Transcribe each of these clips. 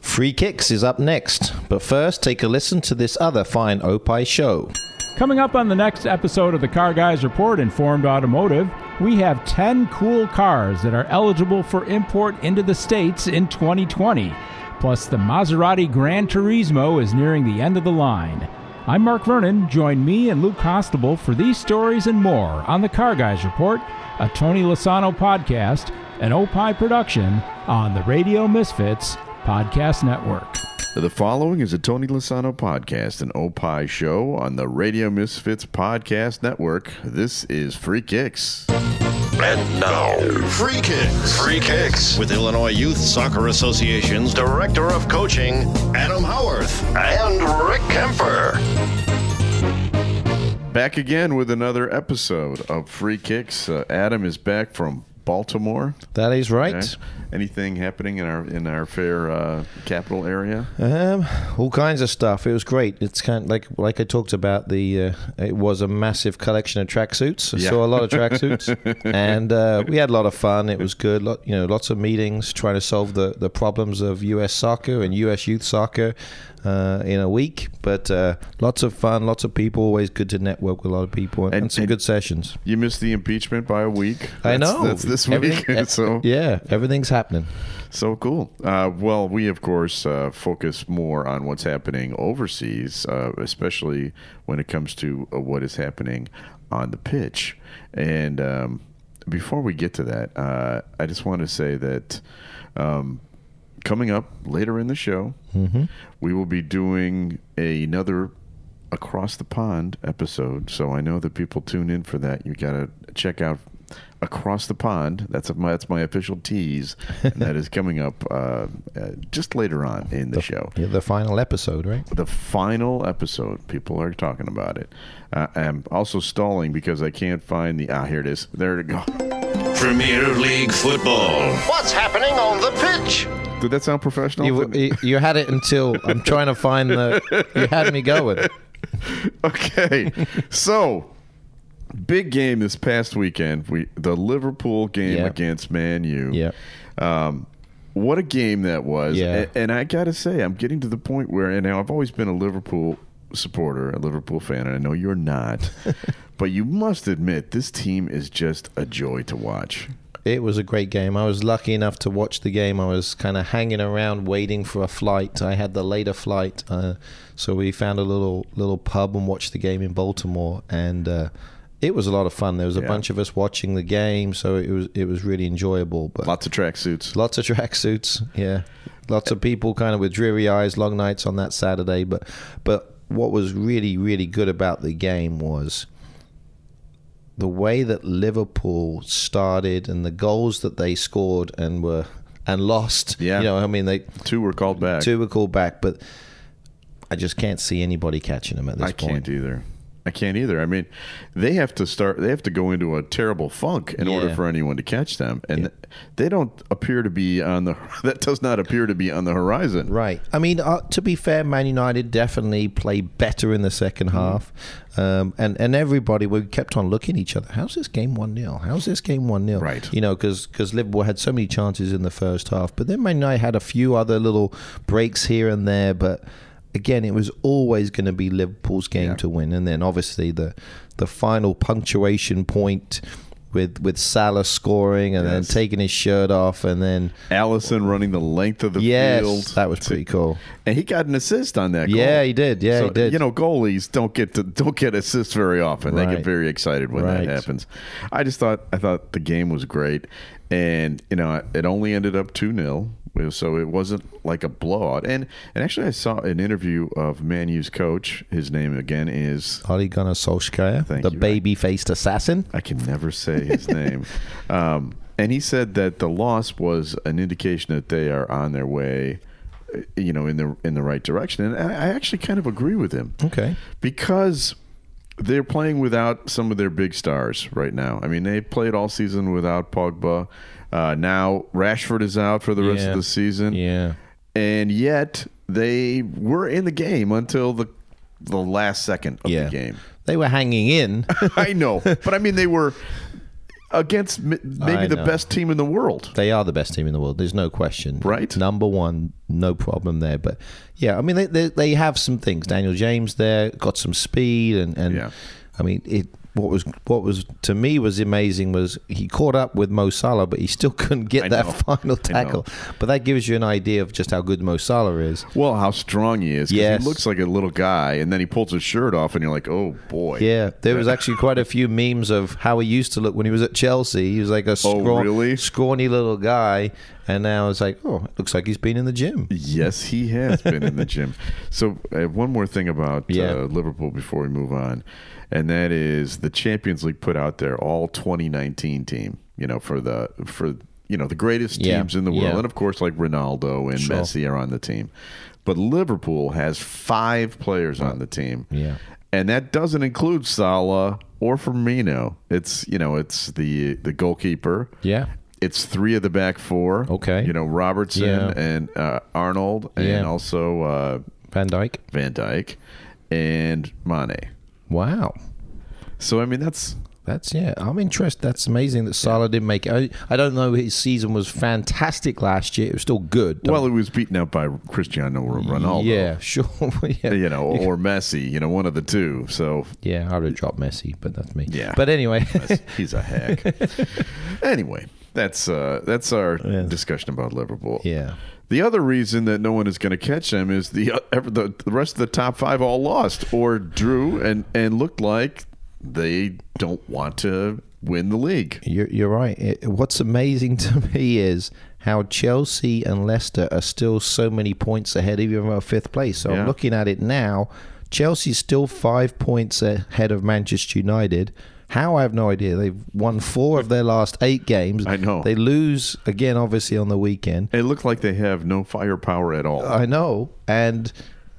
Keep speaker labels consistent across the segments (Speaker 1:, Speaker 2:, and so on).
Speaker 1: Free Kicks is up next, but first take a listen to this other fine Opie show.
Speaker 2: Coming up on the next episode of the Car Guys Report Informed Automotive, we have 10 cool cars that are eligible for import into the States in 2020. Plus, the Maserati Gran Turismo is nearing the end of the line. I'm Mark Vernon. Join me and Luke Constable for these stories and more on the Car Guys Report, a Tony Lasano podcast, an Opie production on the Radio Misfits Podcast Network.
Speaker 3: The following is a Tony Lasano podcast, an Opie show on the Radio Misfits Podcast Network. This is Free Kicks.
Speaker 4: And now,
Speaker 5: Free kicks.
Speaker 4: Free Kicks with Illinois Youth Soccer Association's Director of Coaching, Adam Howarth, and Rick Kemper.
Speaker 3: Back again with another episode of Free Kicks. Uh, Adam is back from Baltimore.
Speaker 1: That is right.
Speaker 3: Okay. Anything happening in our in our fair uh, capital area?
Speaker 1: Um, all kinds of stuff. It was great. It's kind of like like I talked about the. Uh, it was a massive collection of tracksuits. I
Speaker 3: Yeah.
Speaker 1: saw a lot of tracksuits, and uh, we had a lot of fun. It was good. Lot, you know, lots of meetings trying to solve the the problems of U.S. soccer and U.S. youth soccer uh, in a week. But uh, lots of fun. Lots of people. Always good to network with a lot of people and,
Speaker 3: And-
Speaker 1: and some
Speaker 3: and-
Speaker 1: good sessions.
Speaker 3: You missed the impeachment by a week.
Speaker 1: I
Speaker 3: That's-
Speaker 1: know.
Speaker 3: that's this week.
Speaker 1: Everything- eh,
Speaker 3: so
Speaker 1: Yeah, everything's happening.
Speaker 3: So cool. Uh, well, we of course uh, focus more on what's happening overseas, uh, especially when it comes to uh, what is happening on the pitch. And um, before we get to that, uh, I just want to say that um, coming up later in the show, we will be doing another across the pond episode. So I know that people tune in for that. You got to check out across the pond. That's my that's my official tease, and that is coming up uh, uh, just later on in the show
Speaker 1: Yeah, the final episode, right?
Speaker 3: the final episode. People are talking about it. Uh, I'm also stalling because I can't find the. Ah, here it is. There it go.
Speaker 4: Premier League football.
Speaker 5: What's happening on the pitch?
Speaker 3: Did that sound professional?
Speaker 1: You, you, you had it until I'm trying to find the. You had me going.
Speaker 3: okay. so, big game this past weekend. We the Liverpool game
Speaker 1: Yeah.
Speaker 3: against Man U.
Speaker 1: Yeah.
Speaker 3: Um, what a game that was.
Speaker 1: Yeah.
Speaker 3: A- And I got to say, I'm getting to the point where, and now I've always been a Liverpool supporter, a Liverpool fan, and I know you're not, but you must admit this team is just a joy to watch.
Speaker 1: It was a great game. I was lucky enough to watch the game. I was kind of hanging around waiting for a flight. I had the later flight, uh, so we found a little little pub and watched the game in Baltimore, and uh, it was a lot of fun. There was a
Speaker 3: Yeah.
Speaker 1: bunch of us watching the game, so it was it was really enjoyable. But
Speaker 3: Lots of tracksuits.
Speaker 1: lots of tracksuits. Yeah, lots of people kind of with dreary eyes, long nights on that Saturday. But but what was really really good about the game was the way that Liverpool started and the goals that they scored and were and lost.
Speaker 3: Yeah.
Speaker 1: you know, I mean they
Speaker 3: Two were called back.
Speaker 1: two were called back, but I just can't see anybody catching them at this
Speaker 3: I
Speaker 1: point.
Speaker 3: can't either. I can't either. I mean, they have to start. They have to go into a terrible funk in order
Speaker 1: Yeah.
Speaker 3: for anyone to catch them, and
Speaker 1: Yeah.
Speaker 3: they don't appear to be on the. That does not appear to be on the horizon.
Speaker 1: Right. I mean, uh, to be fair, Man United definitely played better in the
Speaker 3: Mm.
Speaker 1: second half. Um, and, and everybody, we kept on looking at each other. How's this game 1 0? How's this game 1 0?
Speaker 3: Right.
Speaker 1: You know, because Liverpool had so many chances in the first half. But then Man United had a few other little breaks here and there. But again, it was always going to be Liverpool's game
Speaker 3: Yeah.
Speaker 1: to win. And then obviously the, the final punctuation point. With, with Salah scoring and
Speaker 3: Yes.
Speaker 1: then taking his shirt off and then
Speaker 3: Allison running the length of the
Speaker 1: yes
Speaker 3: field.
Speaker 1: that was
Speaker 3: to-
Speaker 1: pretty cool
Speaker 3: and he got an assist on that. Goal.
Speaker 1: Yeah, he did. Yeah,
Speaker 3: So,
Speaker 1: he did.
Speaker 3: You know, goalies don't get to, don't get assists very often. They
Speaker 1: Right.
Speaker 3: get very excited when
Speaker 1: Right.
Speaker 3: that happens. I just thought I thought the game was great, and you know, it only ended up two 0 so it wasn't like a blowout. And and actually, I saw an interview of Man U's coach. His name again is
Speaker 1: Ole Gunnar Solskjaer,
Speaker 3: Thank
Speaker 1: the
Speaker 3: you, Rick.
Speaker 1: baby-faced assassin.
Speaker 3: I can never say his name. Um, and he said that the loss was an indication that they are on their way, uh, you know, in the in the right direction. And I, I actually kind of agree with him.
Speaker 1: Okay.
Speaker 3: because they're playing without some of their big stars right now. I mean, they played all season without Pogba. Uh, now Rashford is out for the rest
Speaker 1: Yeah.
Speaker 3: of the season,
Speaker 1: Yeah.
Speaker 3: and yet they were in the game until the the last second of
Speaker 1: Yeah.
Speaker 3: the game.
Speaker 1: They were hanging in.
Speaker 3: I know, but I mean they were against m- maybe
Speaker 1: I
Speaker 3: the
Speaker 1: know.
Speaker 3: best team in the world.
Speaker 1: They are the best team in the world. There's no question.
Speaker 3: Right.
Speaker 1: Number one, no problem there. But yeah, I mean, they they, they have some things. Daniel James there got some speed, and and
Speaker 3: Yeah.
Speaker 1: I mean, it what was what was to me was amazing was he caught up with Mo Salah, but he still couldn't get
Speaker 3: I
Speaker 1: that
Speaker 3: know.
Speaker 1: final
Speaker 3: I know.
Speaker 1: tackle. But that gives you an idea of just how good Mo Salah is.
Speaker 3: Well, how strong he is. 'cause
Speaker 1: Yes.
Speaker 3: He looks like a little guy, and then he pulls his shirt off, and you're like, oh, boy.
Speaker 1: Yeah, there was actually quite a few memes of how he used to look when he was at Chelsea. He was like a scrawn-
Speaker 3: Oh, really?
Speaker 1: scrawny little guy, and now it's like, oh, it looks like he's been in the gym.
Speaker 3: Yes, he has been in the gym. So, uh, one more thing about
Speaker 1: Yeah.
Speaker 3: uh, Liverpool before we move on, and that is the Champions League put out their all 2019 team. You know, for the for you know the greatest
Speaker 1: Yeah,
Speaker 3: teams in the world,
Speaker 1: yeah.
Speaker 3: and of course, like Ronaldo and
Speaker 1: Sure.
Speaker 3: Messi are on the team, but Liverpool has five players on the team.
Speaker 1: Yeah.
Speaker 3: And that doesn't include Salah or Firmino. It's you know it's the the goalkeeper.
Speaker 1: Yeah.
Speaker 3: It's three of the back four.
Speaker 1: Okay.
Speaker 3: You know Robertson
Speaker 1: Yeah.
Speaker 3: and uh, Arnold and
Speaker 1: Yeah.
Speaker 3: also uh,
Speaker 1: Van Dyke.
Speaker 3: Van Dyke and Mane.
Speaker 1: Wow.
Speaker 3: So I mean that's
Speaker 1: That's yeah. I'm interested. That's amazing that Salah didn't make it. I, I don't know. His season was fantastic last year. It was still good.
Speaker 3: well it was beaten out by Cristiano Ronaldo.
Speaker 1: yeah, sure. yeah.
Speaker 3: You know or Messi. You know one of the two. So
Speaker 1: yeah, I would have dropped Messi, but that's me.
Speaker 3: Yeah.
Speaker 1: But anyway,
Speaker 3: he's a hack. anyway, that's uh that's our
Speaker 1: Yeah.
Speaker 3: discussion about Liverpool.
Speaker 1: yeah.
Speaker 3: The other reason that no one is going to catch them is the, uh, ever the the rest of the top five all lost or drew and and looked like they don't want to win the league.
Speaker 1: You're, you're right. It, what's amazing to me is how Chelsea and Leicester are still so many points ahead of you about fifth place. So
Speaker 3: Yeah.
Speaker 1: I'm looking at it now. Chelsea's still five points ahead of Manchester United. How I have no idea. They've won four of their last eight games.
Speaker 3: I know.
Speaker 1: They lose again, obviously, on the weekend.
Speaker 3: It looked like they have no firepower at all.
Speaker 1: I know. And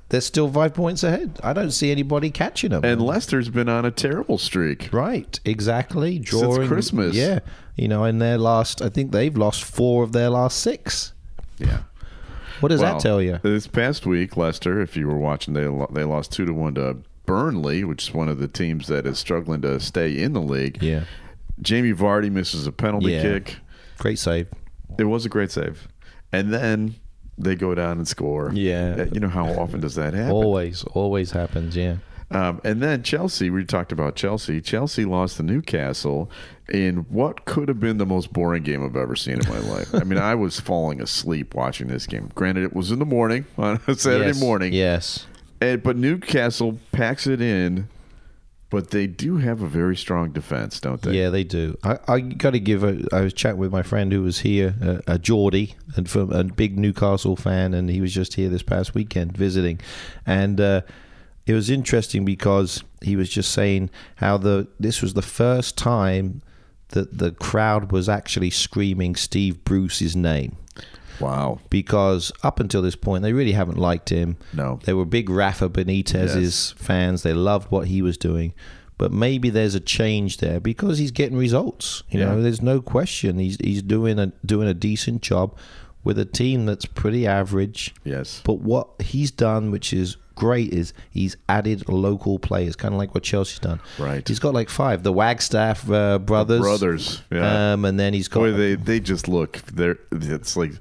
Speaker 1: they're still five points ahead. I don't see anybody catching them.
Speaker 3: and Leicester's been on a terrible streak.
Speaker 1: Right, exactly. Drawing
Speaker 3: Christmas.
Speaker 1: yeah. You know, in their last, I think they've lost four of their last six.
Speaker 3: Yeah.
Speaker 1: What does
Speaker 3: Well,
Speaker 1: that tell you?
Speaker 3: This past week, Leicester, if you were watching, they lo- they lost two to one to Burnley, which is one of the teams that is struggling to stay in the league.
Speaker 1: Yeah.
Speaker 3: Jamie Vardy misses a penalty
Speaker 1: Yeah.
Speaker 3: kick.
Speaker 1: Great save.
Speaker 3: It was a great save, and then they go down and score.
Speaker 1: Yeah. Oh.
Speaker 3: Uh, you know how often does that happen?
Speaker 1: Always, always happens. Yeah.
Speaker 3: Um, and then Chelsea, we talked about Chelsea. Chelsea lost to Newcastle in what could have been the most boring game I've ever seen in my life. I mean, I was falling asleep watching this game. Granted, it was in the morning on a Saturday
Speaker 1: Yes,
Speaker 3: morning.
Speaker 1: Yes.
Speaker 3: And, but Newcastle packs it in, but they do have a very strong defense, don't they?
Speaker 1: Yeah, they do. I, I got to give. A, I was chatting with my friend who was here, a, a Geordie, and from a big Newcastle fan, and he was just here this past weekend visiting, and uh, it was interesting because he was just saying how the this was the first time that the crowd was actually screaming Steve Bruce's name
Speaker 3: Wow.
Speaker 1: because up until this point they really haven't liked him.
Speaker 3: No.
Speaker 1: They were big Rafa Benitez's fans. They loved what he was doing. But maybe there's a change there because he's getting results. You
Speaker 3: Yeah.
Speaker 1: know, there's no question he's he's doing a doing a decent job with a team that's pretty average.
Speaker 3: Yes.
Speaker 1: But what he's done, which is great, is he's added local players, kind of like what Chelsea's done.
Speaker 3: Right.
Speaker 1: He's got like five, the Wagstaff uh, brothers,
Speaker 3: Brothers. Yeah.
Speaker 1: um, and then he's got
Speaker 3: Boy, they they just look. They're it's like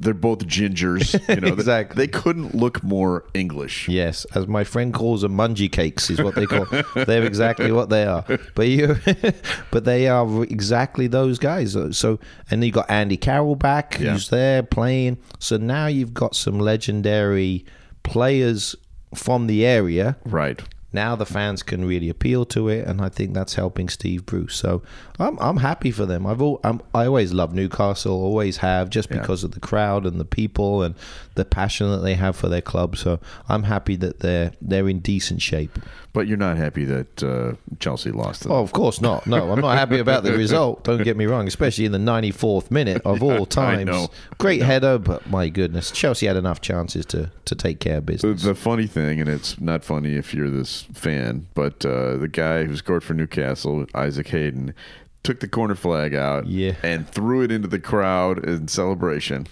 Speaker 3: they're both gingers. You know, They-
Speaker 1: Exactly.
Speaker 3: They, couldn't look more English.
Speaker 1: Yes, as my friend calls them, mungy cakes is what they call. They're exactly what they are. But you, but they are exactly those guys. So, and you got Andy Carroll back,
Speaker 3: Yeah.
Speaker 1: who's there playing. So now you've got some legendary players from the area.
Speaker 3: Right.
Speaker 1: Now the fans can really appeal to it, and I think that's helping Steve Bruce. So I'm I'm happy for them. I've all, I'm, I always love Newcastle, always have, just because of the crowd and the people and the passion that they have for their club. So I'm happy that they're they're in decent shape.
Speaker 3: But you're not happy that uh, Chelsea lost.
Speaker 1: Oh, of course not. No, I'm not happy about the result. Don't get me wrong, especially in the 94th minute of all times.
Speaker 3: know.
Speaker 1: Great header, but my goodness, Chelsea had enough chances to to take care of
Speaker 3: The,
Speaker 1: business.
Speaker 3: the funny thing, and it's not funny if you're this fan, but uh, the guy who scored for Newcastle, Isaac Hayden, took the corner flag out
Speaker 1: Yeah.
Speaker 3: and threw it into the crowd in celebration.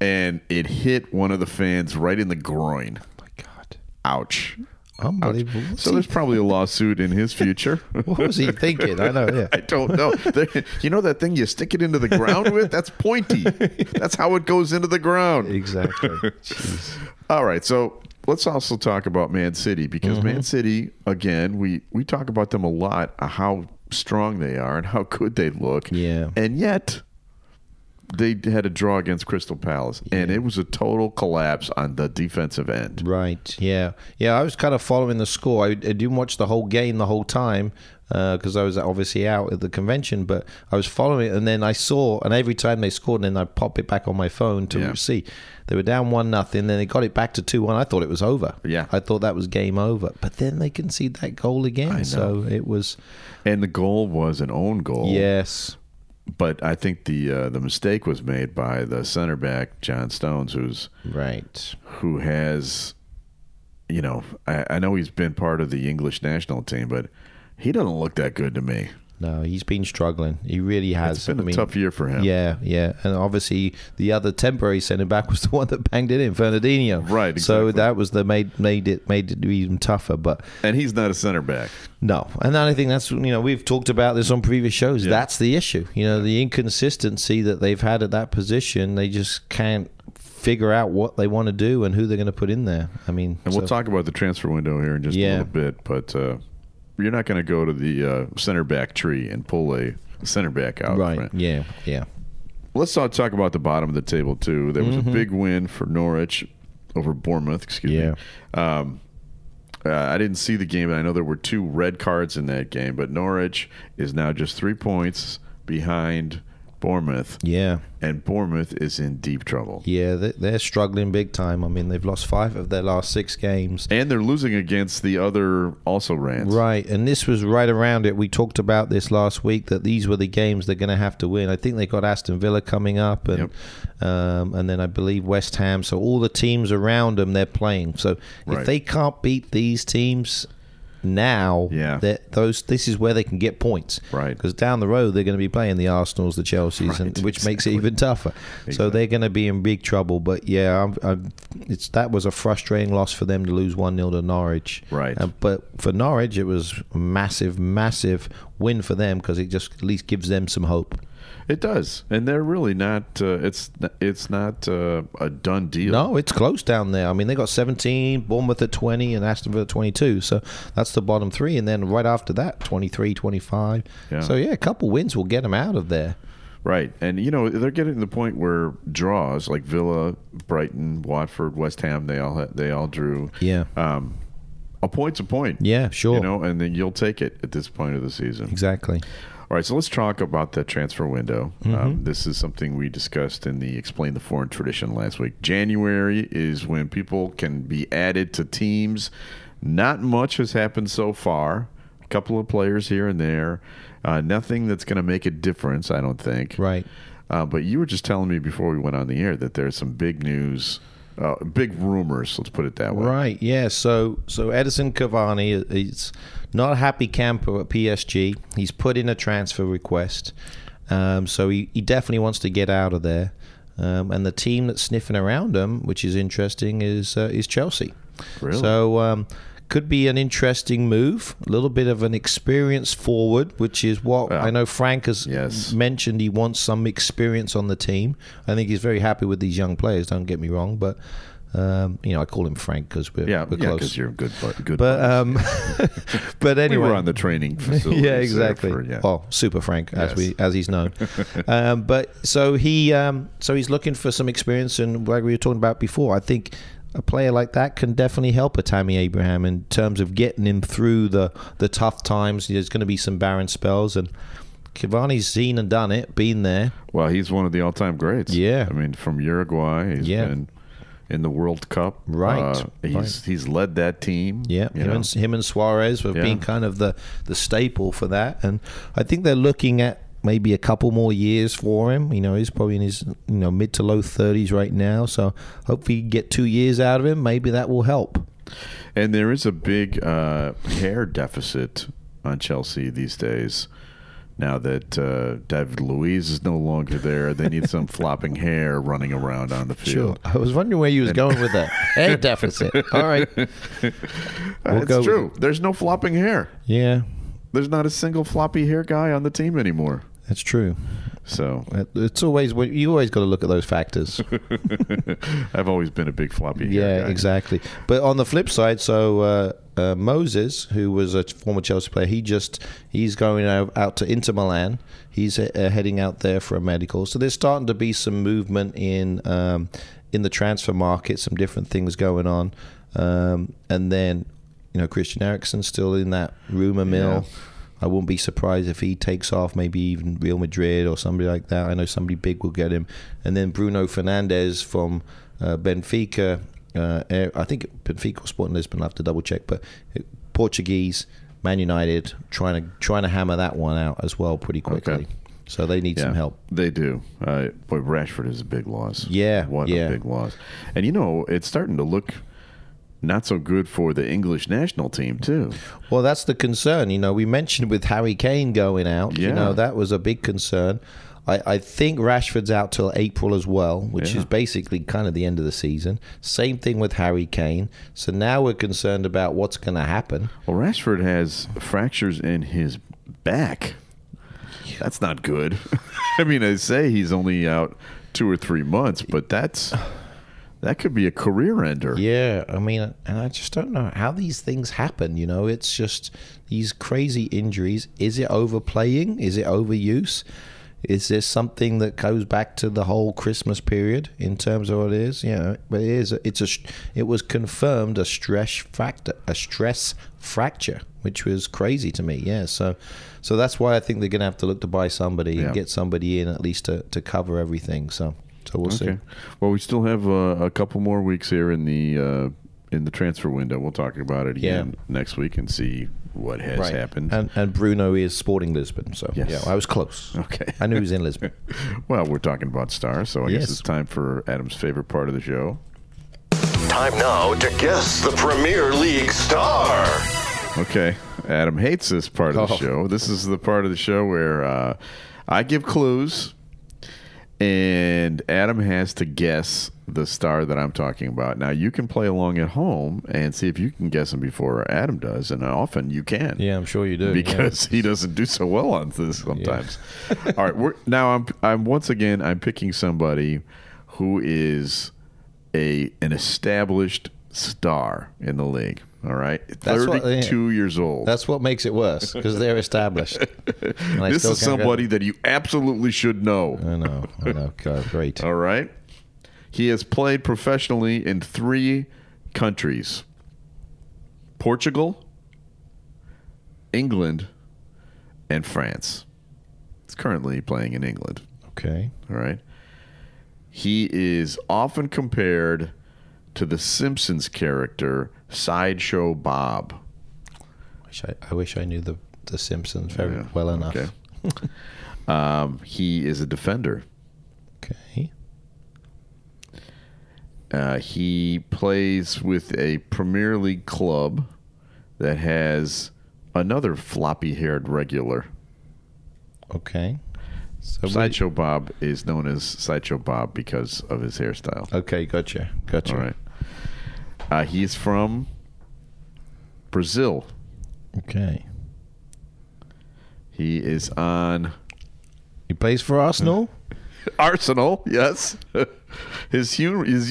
Speaker 3: And it hit one of the fans right in the groin.
Speaker 1: Oh my God.
Speaker 3: Ouch.
Speaker 1: Unbelievable. What's
Speaker 3: So
Speaker 1: he-
Speaker 3: there's probably a lawsuit in his future.
Speaker 1: what was he thinking? I know. Yeah.
Speaker 3: I don't know. They- you know that thing you stick it into the ground with? That's pointy. That's how it goes into the ground.
Speaker 1: Exactly.
Speaker 3: All right, so let's also talk about Man City because Man City again, we we talk about them a lot, uh, how strong they are and how good they look.
Speaker 1: Yeah.
Speaker 3: and yet they had a draw against Crystal Palace, and it was a total collapse on the defensive end.
Speaker 1: Right. Yeah. Yeah. I was kind of following the score. I, I didn't watch the whole game the whole time because I was obviously out at the convention, but I was following it. And then I saw, and every time they scored, and then I pop it back on my phone to
Speaker 3: Yeah.
Speaker 1: see they were down one nothing. Then they got it back to two one. I thought it was over.
Speaker 3: Yeah.
Speaker 1: I thought that was game over. But then they concede that goal again. So it was
Speaker 3: And the goal was an own goal.
Speaker 1: yes.
Speaker 3: but I think the uh, the mistake was made by the center back John Stones, who's
Speaker 1: Right.
Speaker 3: who has, you know, I, I know he's been part of the English national team, but he doesn't look that good to me.
Speaker 1: No, he's been struggling. He really has.
Speaker 3: It's been
Speaker 1: I
Speaker 3: a
Speaker 1: mean,
Speaker 3: tough year for him.
Speaker 1: Yeah, yeah, and obviously the other temporary centre back was the one that banged it in, Fernandinho.
Speaker 3: Right,
Speaker 1: So
Speaker 3: exactly.
Speaker 1: that was the made made it made it even tougher. But
Speaker 3: and he's not a center back.
Speaker 1: no, and I think that's you know we've talked about this on previous shows. That's the issue. You know the inconsistency that they've had at that position. They just can't figure out what they want to do and who they're going to put in there. I mean,
Speaker 3: And
Speaker 1: so-
Speaker 3: we'll talk about the transfer window here in just
Speaker 1: Yeah.
Speaker 3: a little bit, but uh, you're not going to go to the uh, center back tree and pull a center back out.
Speaker 1: Right. Yeah. Yeah.
Speaker 3: Let's not talk about the bottom of the table too. There was
Speaker 1: Mm-hmm.
Speaker 3: a big win for Norwich over Bournemouth. Excuse
Speaker 1: Yeah.
Speaker 3: me. Uh, I didn't see the game, and I know there were two red cards in that game. But Norwich is now just three points behind Bournemouth,
Speaker 1: Yeah.
Speaker 3: and Bournemouth is in deep trouble.
Speaker 1: Yeah. they- They're struggling big time. I mean, they've lost five of their last six games.
Speaker 3: And they're losing against the other also rans.
Speaker 1: Right, and this was right around it. We talked about this last week that these were the games they're going to have to win. I think they got Aston Villa coming up, and um, and then I believe West Ham. So all the teams around them they're playing. So
Speaker 3: Right.
Speaker 1: if they can't beat these teams now,
Speaker 3: Yeah.
Speaker 1: that those this is where they can get points.
Speaker 3: Right.
Speaker 1: because down the road they're going to be playing the Arsenals, the Chelseas, and,
Speaker 3: Right,
Speaker 1: which makes it even tougher. So they're going to be in big trouble. But yeah, I'm, I'm, it's that was a frustrating loss for them to lose one 0 to Norwich.
Speaker 3: Right.
Speaker 1: Uh, but for Norwich, it was a massive, massive win for them because it just at least gives them some hope.
Speaker 3: It does, and they're really not. Uh, it's it's not uh, a done deal.
Speaker 1: No, it's close down there. I mean, they got 17, Bournemouth at 20, and Aston Villa 22. So that's the bottom three. And then right after that, 23, 25.
Speaker 3: Yeah.
Speaker 1: So, yeah, a couple wins will get them out of there.
Speaker 3: Right. And, you know, they're getting to the point where draws like Villa, Brighton, Watford, West Ham, they all they all drew.
Speaker 1: Yeah.
Speaker 3: Um, a point's a point.
Speaker 1: Yeah, sure.
Speaker 3: You know, and then you'll take it at this point of the season.
Speaker 1: Exactly.
Speaker 3: All right, so let's talk about the transfer window.
Speaker 1: Mm-hmm.
Speaker 3: Um, this is something we discussed in the Explain the Foreign Tradition last week. January is when people can be added to teams. Not much has happened so far. A couple of players here and there. Uh, nothing that's going to make a difference, I don't think.
Speaker 1: Right.
Speaker 3: Uh, but you were just telling me before we went on the air that there's some big news, uh, big rumors, let's put it that way.
Speaker 1: Right. Yeah. So so Edison Cavani is not a happy camper at PSG. He's put in a transfer request. Um, so he, he definitely wants to get out of there. Um, and the team that's sniffing around him, which is interesting, is uh, is Chelsea.
Speaker 3: Really?
Speaker 1: So um, could be an interesting move. A little bit of an experience forward, which is what I know Frank has
Speaker 3: Yes.
Speaker 1: mentioned he wants some experience on the team. I think he's very happy with these young players. Don't get me wrong, but um, you know I call him Frank because we're,
Speaker 3: Yeah,
Speaker 1: we're
Speaker 3: yeah,
Speaker 1: close.
Speaker 3: because you're good. bu- good
Speaker 1: but
Speaker 3: buddies.
Speaker 1: um, but
Speaker 3: we
Speaker 1: anyway,
Speaker 3: were on the training facility.
Speaker 1: yeah, exactly.
Speaker 3: yeah.
Speaker 1: Oh, super Frank, as
Speaker 3: Yes.
Speaker 1: we as he's known. um, but so he um, so he's looking for some experience, and like we were talking about before, I think a player like that can definitely help a Tammy Abraham in terms of getting him through the the tough times. There's going to be some barren spells, and Cavani's seen and done it, been there.
Speaker 3: Well, he's one of the all-time greats.
Speaker 1: Yeah.
Speaker 3: I mean, from Uruguay, he's
Speaker 1: Yeah.
Speaker 3: been in the World Cup.
Speaker 1: Right,
Speaker 3: Uh, he's
Speaker 1: right.
Speaker 3: he's led that team.
Speaker 1: Yeah,
Speaker 3: you
Speaker 1: him
Speaker 3: know.
Speaker 1: and, him and Suarez have
Speaker 3: Yeah.
Speaker 1: been kind of the, the staple for that, and I think they're looking at maybe a couple more years for him. You know, he's probably in his you know mid to low thirties right now, so hopefully you get two years out of him. Maybe that will help.
Speaker 3: And there is a big uh, hair deficit on Chelsea these days. now that uh, David Luiz is no longer there. They need some flopping hair running around on the
Speaker 1: Sure.
Speaker 3: field.
Speaker 1: I was wondering where you was going with that. Hey, deficit. All right.
Speaker 3: Uh,
Speaker 1: We'll
Speaker 3: it's
Speaker 1: go with
Speaker 3: true. There's no flopping hair.
Speaker 1: Yeah,
Speaker 3: There's not a single floppy hair guy on the team anymore.
Speaker 1: that's true.
Speaker 3: So
Speaker 1: It- It's always you always got to look at those factors.
Speaker 3: I've always been a big floppy hair
Speaker 1: yeah,
Speaker 3: guy.
Speaker 1: exactly. But on the flip side, so uh, uh, Moses, who was a former Chelsea player, he just he's going out, out to Inter Milan. He's uh, heading out there for a medical. So there's starting to be some movement in um, in the transfer market. Some different things going on, um, and then you know Christian Eriksen still in that rumor mill. I wouldn't be surprised if he takes off, maybe even Real Madrid or somebody like that. I know somebody big will get him. And then Bruno Fernandez from uh, Benfica. Uh, eh, I think Benfica or Sporting Lisbon. I have to double check, but eh, Portuguese, Man United, trying to trying to hammer that one out as well pretty quickly.
Speaker 3: Okay.
Speaker 1: So they need some help.
Speaker 3: They do. Uh, boy, Rashford is a big loss.
Speaker 1: Yeah,
Speaker 3: What
Speaker 1: yeah.
Speaker 3: a big loss. And, you know, it's starting to look not so good for the English national team, too.
Speaker 1: Well, that's the concern. You know, we mentioned with Harry Kane going out. You
Speaker 3: Yeah.
Speaker 1: know, that was a big concern. I, I think Rashford's out till April as well, which
Speaker 3: Yeah.
Speaker 1: is basically kind of the end of the season. Same thing with Harry Kane. So now we're concerned about what's going to happen.
Speaker 3: Well, Rashford has fractures in his back. That's not good. I mean, I say he's only out two or three months, but that's that could be a career ender.
Speaker 1: Yeah, I mean, and I just don't know how these things happen. You know, it's just these crazy injuries. Is it overplaying? Is it overuse? Is this something that goes back to the whole Christmas period in terms of what it is? You know, but it is. It's a. It was confirmed a stress factor, a stress fracture, which was crazy to me. Yeah, so, so that's why I think they're going to have to look to buy somebody
Speaker 3: Yeah.
Speaker 1: and get somebody in at least to to cover everything. So, so we'll see.
Speaker 3: Okay. Well, we still have uh, a couple more weeks here in the uh, in the transfer window. We'll talk about it
Speaker 1: Yeah.
Speaker 3: again next week and see what has happened.
Speaker 1: And, and Bruno is sporting Lisbon, so
Speaker 3: Yes.
Speaker 1: yeah, I was close.
Speaker 3: Okay.
Speaker 1: I knew he was in Lisbon.
Speaker 3: well, we're talking about stars, so I
Speaker 1: Yes.
Speaker 3: guess it's time for Adam's favorite part of the show.
Speaker 5: Time now to guess the Premier League star.
Speaker 3: Okay. Adam hates this part of the
Speaker 1: Oh.
Speaker 3: show. This is the part of the show where uh, I give clues and Adam has to guess the star that I'm talking about. Now, you can play along at home and see if you can guess him before Adam does, and often you can.
Speaker 1: I'm sure you do.
Speaker 3: Because he doesn't do so well on this sometimes. All right, we're now I'm I'm once again I'm picking somebody who is a an established star in the league. All right,
Speaker 1: That's what- yeah.
Speaker 3: thirty-two years old.
Speaker 1: that's what makes it worse because they're established. And I
Speaker 3: this
Speaker 1: still
Speaker 3: is
Speaker 1: can't get-
Speaker 3: somebody that you absolutely should know.
Speaker 1: I know. I know. God, great.
Speaker 3: All right, he has played professionally in three countries: Portugal, England, and France. He's currently playing in England.
Speaker 1: Okay.
Speaker 3: All right. He is often compared to the Simpsons character Sideshow Bob.
Speaker 1: Wish I, I wish I knew the the Simpsons very
Speaker 3: Yeah,
Speaker 1: well enough.
Speaker 3: okay.
Speaker 1: Okay.
Speaker 3: Um, he is a defender. Uh, he plays with a Premier League club that has another floppy haired regular.
Speaker 1: Okay. So we-
Speaker 3: Sideshow Bob is known as Sideshow Bob because of his hairstyle.
Speaker 1: Okay. Gotcha. Gotcha.
Speaker 3: All right. Uh, he's from Brazil.
Speaker 1: Okay.
Speaker 3: He is on
Speaker 1: He plays for Arsenal.
Speaker 3: Arsenal, yes. His un- his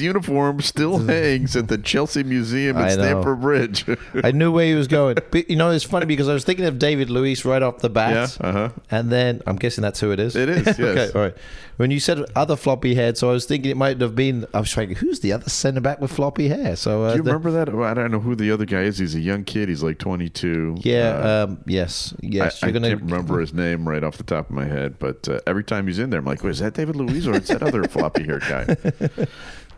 Speaker 3: uniform still hangs at the Chelsea Museum
Speaker 1: I
Speaker 3: at
Speaker 1: know.
Speaker 3: Stamford Bridge.
Speaker 1: I knew where he was going. But, you know, it's funny because I was thinking of David Luis right off the bat.
Speaker 3: Yeah, uh-huh.
Speaker 1: And then I'm guessing that's who it is.
Speaker 3: It is, yes.
Speaker 1: okay, all right. When you said other floppy hair, so I was thinking it might have been. I was trying, who's the other centre back with floppy hair? So uh,
Speaker 3: Do you
Speaker 1: the-
Speaker 3: remember that? Well, I don't know who the other guy is. He's a young kid. He's like 22.
Speaker 1: Yeah.
Speaker 3: Uh,
Speaker 1: um, yes.
Speaker 3: I,
Speaker 1: Yes.
Speaker 3: I can't remember his name right off the top of my head, but uh, every time he's in there, I'm like, "Wait, is that David Luiz or is that other floppy haired guy?"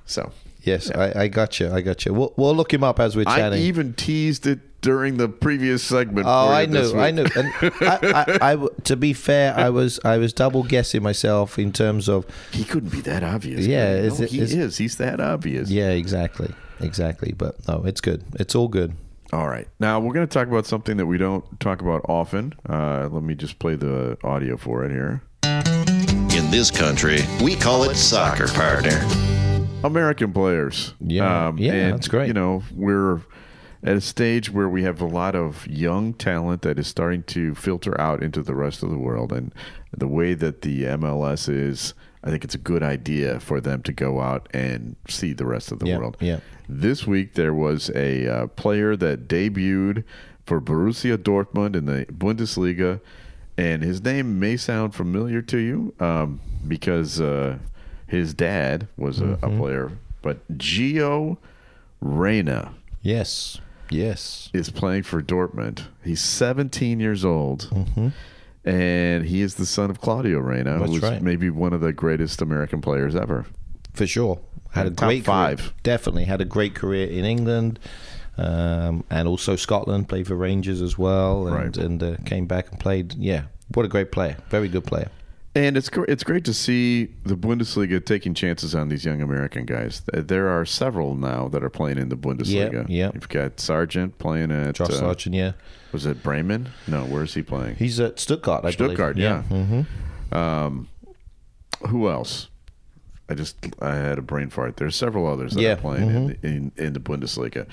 Speaker 3: So
Speaker 1: Yes, I, I got you. I got you. We'll, we'll look him up as we're
Speaker 3: I
Speaker 1: chatting.
Speaker 3: even teased it during the previous segment.
Speaker 1: Oh,
Speaker 3: for you
Speaker 1: I
Speaker 3: this
Speaker 1: knew, I
Speaker 3: week.
Speaker 1: knew. And I, I, I w- to be fair, I was, I was double guessing myself in terms of,
Speaker 3: He couldn't be that obvious.
Speaker 1: Yeah,
Speaker 3: could he?
Speaker 1: is
Speaker 3: No,
Speaker 1: it-
Speaker 3: he
Speaker 1: is-
Speaker 3: is. He's that obvious.
Speaker 1: yeah, exactly, exactly. But no, it's good. It's all good.
Speaker 3: All right. Now we're going to talk about something that we don't talk about often. Uh, let me just play the audio for it here.
Speaker 4: In this country, we call it soccer, partner.
Speaker 3: American players. Um,
Speaker 1: Yeah. Yeah,
Speaker 3: and,
Speaker 1: that's great.
Speaker 3: You know, we're at a stage where we have a lot of young talent that is starting to filter out into the rest of the world. And the way that the MLS is, I think it's a good idea for them to go out and see the rest of the
Speaker 1: Yeah,
Speaker 3: world.
Speaker 1: yeah.
Speaker 3: This week, there was a uh, player that debuted for Borussia Dortmund in the Bundesliga, and his name may sound familiar to you um, because uh, his dad was a,
Speaker 1: Mm-hmm.
Speaker 3: a player, but Gio Reyna
Speaker 1: Yes. Yes.
Speaker 3: is playing for Dortmund. He's 17 years old. And he is the son of Claudio Reyna,
Speaker 1: Mm-hmm. That's
Speaker 3: who's
Speaker 1: right.
Speaker 3: maybe one of the greatest American players ever.
Speaker 1: For sure. Had a
Speaker 3: Top
Speaker 1: great career.
Speaker 3: five.
Speaker 1: Definitely had a great career in England. Um, and also Scotland played for Rangers as well, and,
Speaker 3: Right.
Speaker 1: and uh, came back and played. Yeah, what a great player! Very good player.
Speaker 3: And it's gr- it's great to see the Bundesliga taking chances on these young American guys. Th- There are several now that are playing in the Bundesliga.
Speaker 1: yeah.
Speaker 3: You've got Sargent playing at
Speaker 1: Josh
Speaker 3: uh,
Speaker 1: Sargent, yeah,
Speaker 3: Was it Bremen? No, where is he playing?
Speaker 1: he's at Stuttgart. I believe. Mm-hmm.
Speaker 3: Stuttgart, yeah. Um, who else? I just I had a brain fart. There's several others that
Speaker 1: Yeah, Mm-hmm.
Speaker 3: are playing in, in in the Bundesliga,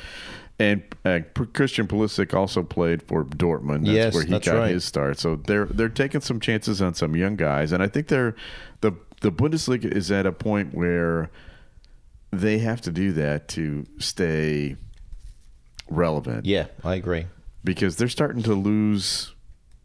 Speaker 3: and uh, P- Christian Pulisic also played for Dortmund. That's
Speaker 1: Yes,
Speaker 3: where he
Speaker 1: that's
Speaker 3: got
Speaker 1: right.
Speaker 3: his start. So they're they're taking some chances on some young guys, and I think they're the the Bundesliga is at a point where they have to do that to stay relevant
Speaker 1: yeah, I agree.
Speaker 3: because they're starting to lose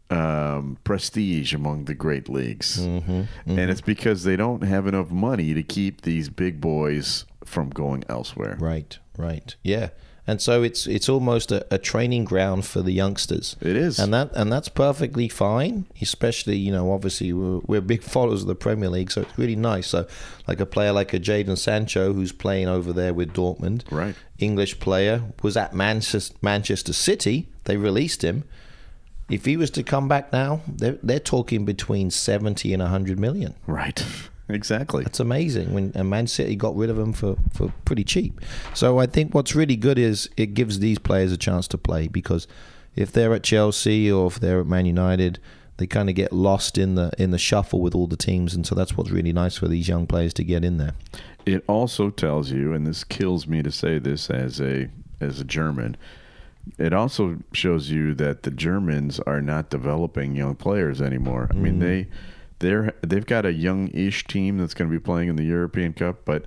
Speaker 3: um, prestige among the great leagues,
Speaker 1: Mm-hmm,
Speaker 3: and it's because they don't have enough money to keep these big boys from going elsewhere.
Speaker 1: Right, right, yeah. And so it's it's almost a, a training ground for the youngsters.
Speaker 3: It is.
Speaker 1: and that and that's perfectly fine. Especially you know, obviously we're, we're big followers of the Premier League, so it's really nice. So, like a player like a Jadon Sancho who's playing over there with Dortmund,
Speaker 3: Right.
Speaker 1: English player was at Manchester Manchester City. They released him. If he was to come back now, they're, they're talking between seventy and hundred million.
Speaker 3: Right. exactly.
Speaker 1: It's amazing when and Man City got rid of him for, for pretty cheap. So I think what's really good is it gives these players a chance to play because if they're at Chelsea or if they're at Man United, they kind of get lost in the in the shuffle with all the teams, and so that's what's really nice for these young players to get in there.
Speaker 3: It also tells you, and this kills me to say this as a as a German. It also shows you that the Germans are not developing young players anymore. I mean, they they're they've got a young-ish team that's going to be playing in the European Cup, but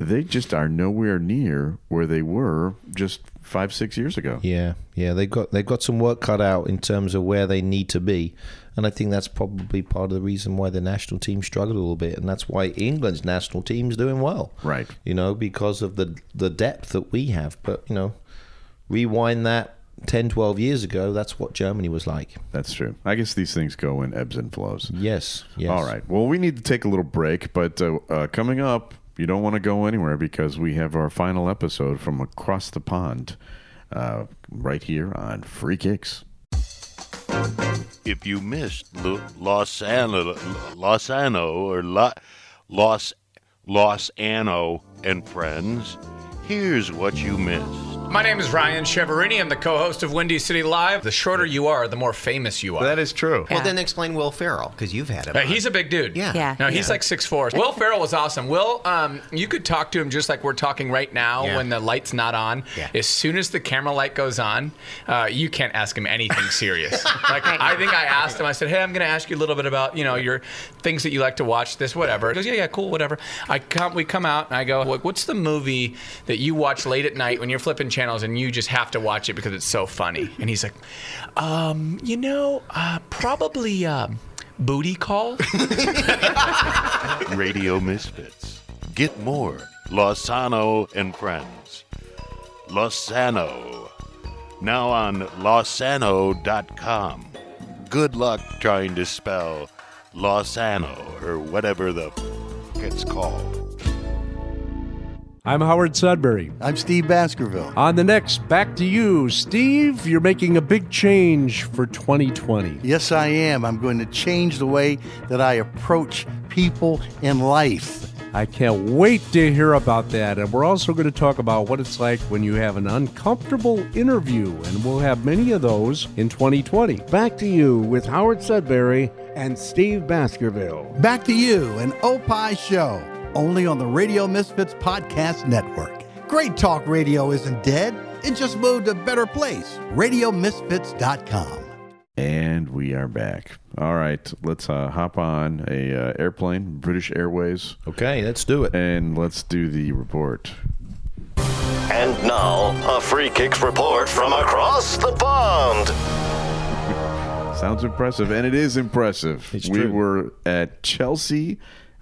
Speaker 3: they just are nowhere near where they were just five six years ago.
Speaker 1: Yeah, yeah, they've got they've got some work cut out in terms of where they need to be, and I think that's probably part of the reason why the national team struggled a little bit, and that's why England's national team's doing well,
Speaker 3: Right.
Speaker 1: You know, because of the the depth that we have. But you know, rewind that 10, 12 years ago, that's what Germany was like.
Speaker 3: That's true. I guess these things go in ebbs and flows.
Speaker 1: Yes, yes.
Speaker 3: All right. Well, we need to take a little break, but uh, uh, coming up, you don't want to go anywhere because we have our final episode from across the pond uh, right here on Free Kicks.
Speaker 6: if you missed Lo- Los Ano, Los Ano or Lo- Los Los Ano and Friends, here's what you missed.
Speaker 7: My name is Ryan Cheverini. I'm the co-host of Windy City Live. The shorter you are, the more famous you are.
Speaker 8: is true.
Speaker 9: Well, then explain Will Ferrell because you've had him.
Speaker 7: Uh,
Speaker 9: on.
Speaker 7: he's a big dude.
Speaker 9: Yeah.
Speaker 10: Yeah.
Speaker 7: No, he's like six four. Will Ferrell was awesome. Will, um, you could talk to him just like we're talking right now
Speaker 9: Yeah.
Speaker 7: when the light's not on.
Speaker 9: Yeah.
Speaker 7: As soon as the camera light goes on, uh, you can't ask him anything serious. like I think I asked him. I said, "Hey, I'm going to ask you a little bit about you know your things that you like to watch. This whatever." He goes, "Yeah, yeah, cool, whatever." I come, we come out, and I go, "Look, "What's the movie that you watch late at night when you're flipping channels and you just have to watch it because it's so funny?" And he's like, um, "You know, uh, probably." Um, Booty call?
Speaker 6: Radio Misfits. Get more Los Ano and Friends. Los Ano. Now on losano.com. Good luck trying to spell Los Ano or whatever the f- it's called.
Speaker 11: I'm Howard Sudbury.
Speaker 8: I'm Steve Baskerville.
Speaker 11: On the next, back to you, Steve. You're making a big change for 2020.
Speaker 8: Yes, I am. I'm going to change the way that I approach people in life.
Speaker 11: I can't wait to hear about that. And we're also going to talk about what it's like when you have an uncomfortable interview, and we'll have many of those in 2020.
Speaker 8: Back to you with Howard Sudbury and Steve Baskerville.
Speaker 10: Back to you, an Opie show, only on the Radio Misfits Podcast Network. Great talk radio isn't dead, it just moved to a better place. RadioMisfits.com.
Speaker 3: And we are back. All right, let's uh, hop on a uh, airplane, British Airways,
Speaker 1: Okay, let's do it.
Speaker 3: and let's do the report.
Speaker 5: And now, a free kicks report from across the pond.
Speaker 3: Sounds impressive, and it is impressive.
Speaker 1: It's
Speaker 3: we
Speaker 1: true.
Speaker 3: were at Chelsea.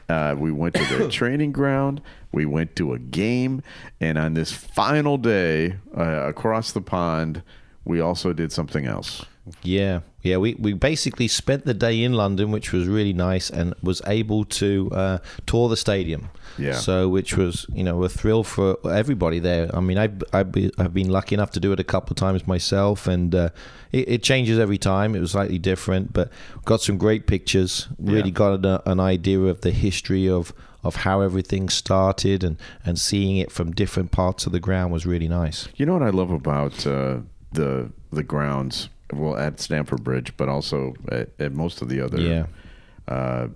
Speaker 3: Uh, we went to their training ground. We went to a game, and on this final day uh, across the pond, we also did something else.
Speaker 1: Yeah, yeah. We, we basically spent the day in London, which was really nice, and was able to uh, tour the stadium.
Speaker 3: Yeah.
Speaker 1: So, which was you know a thrill for everybody there. I mean, I've I've been, I've been lucky enough to do it a couple of times myself, and uh, it, it changes every time. It was slightly different, but got some great pictures. Really got an, an idea of the history of of how everything started, and and seeing it from different parts of the ground was really nice.
Speaker 3: You know what I love about uh, the the grounds? Well, at Stamford Bridge, but also at, at most of the other
Speaker 1: Yeah.
Speaker 3: uh,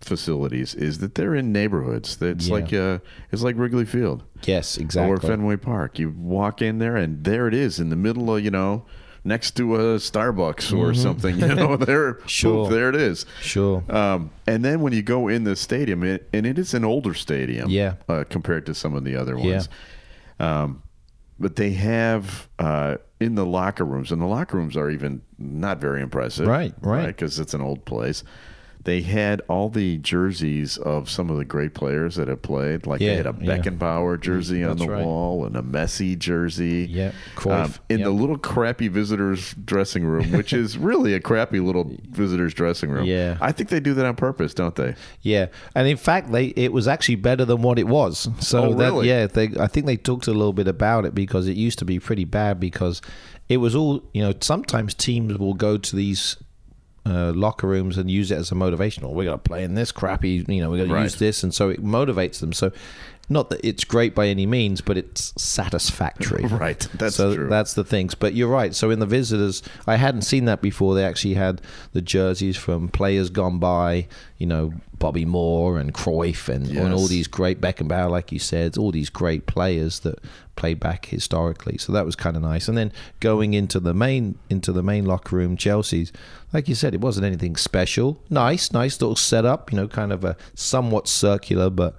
Speaker 3: facilities, is that they're in neighborhoods. It's
Speaker 1: Yeah.
Speaker 3: like uh, it's like Wrigley Field.
Speaker 1: Yes, exactly.
Speaker 3: Or Fenway Park. You walk in there, and there it is in the middle of, you know, next to a Starbucks or something. You know, there, poof,
Speaker 1: Mm-hmm. Sure.
Speaker 3: there it is.
Speaker 1: Sure.
Speaker 3: Um, and then when you go in the stadium, it, and it is an older stadium
Speaker 1: Yeah.
Speaker 3: uh, compared to some of the other
Speaker 1: Yeah.
Speaker 3: ones. Um, but they have uh, in the locker rooms, and the locker rooms are even not very impressive.
Speaker 1: Right, right.
Speaker 3: Because it's an old place. They had all the jerseys of some of the great players that have played. Like
Speaker 1: Yeah,
Speaker 3: they had a
Speaker 1: yeah. Mm,
Speaker 3: Beckenbauer jersey on
Speaker 1: That's
Speaker 3: the
Speaker 1: right.
Speaker 3: wall and a Messi jersey. Um,
Speaker 1: Yeah, Cruyff,
Speaker 3: in
Speaker 1: yeah.
Speaker 3: the little crappy visitors dressing room, which is really a crappy little visitors dressing room.
Speaker 1: Yeah.
Speaker 3: I think they do that on purpose, don't they?
Speaker 1: Yeah, and in fact, they it was actually better than what it was. So
Speaker 3: Oh,
Speaker 1: that
Speaker 3: really?
Speaker 1: yeah, they, I think they talked a little bit about it because it used to be pretty bad because it was all you know. Sometimes teams will go to these uh, locker rooms and use it as a motivational. We're going to play in this crappy, you know, we're going to
Speaker 3: Right.
Speaker 1: use this, and so it motivates them. So. Not that it's great by any means, but it's satisfactory.
Speaker 3: Right, that's
Speaker 1: so
Speaker 3: true.
Speaker 1: that's the things. But you're right. So in the visitors, I hadn't seen that before. They actually had the jerseys from players gone by, you know, Bobby Moore and Cruyff and, and all
Speaker 3: Yes.
Speaker 1: these great Beckenbauer, like you said, all these great players that played back historically. So that was kind of nice. And then going into the main into the main locker room, Chelsea's, like you said, it wasn't anything special. Nice, nice little setup. You know, kind of a somewhat circular, but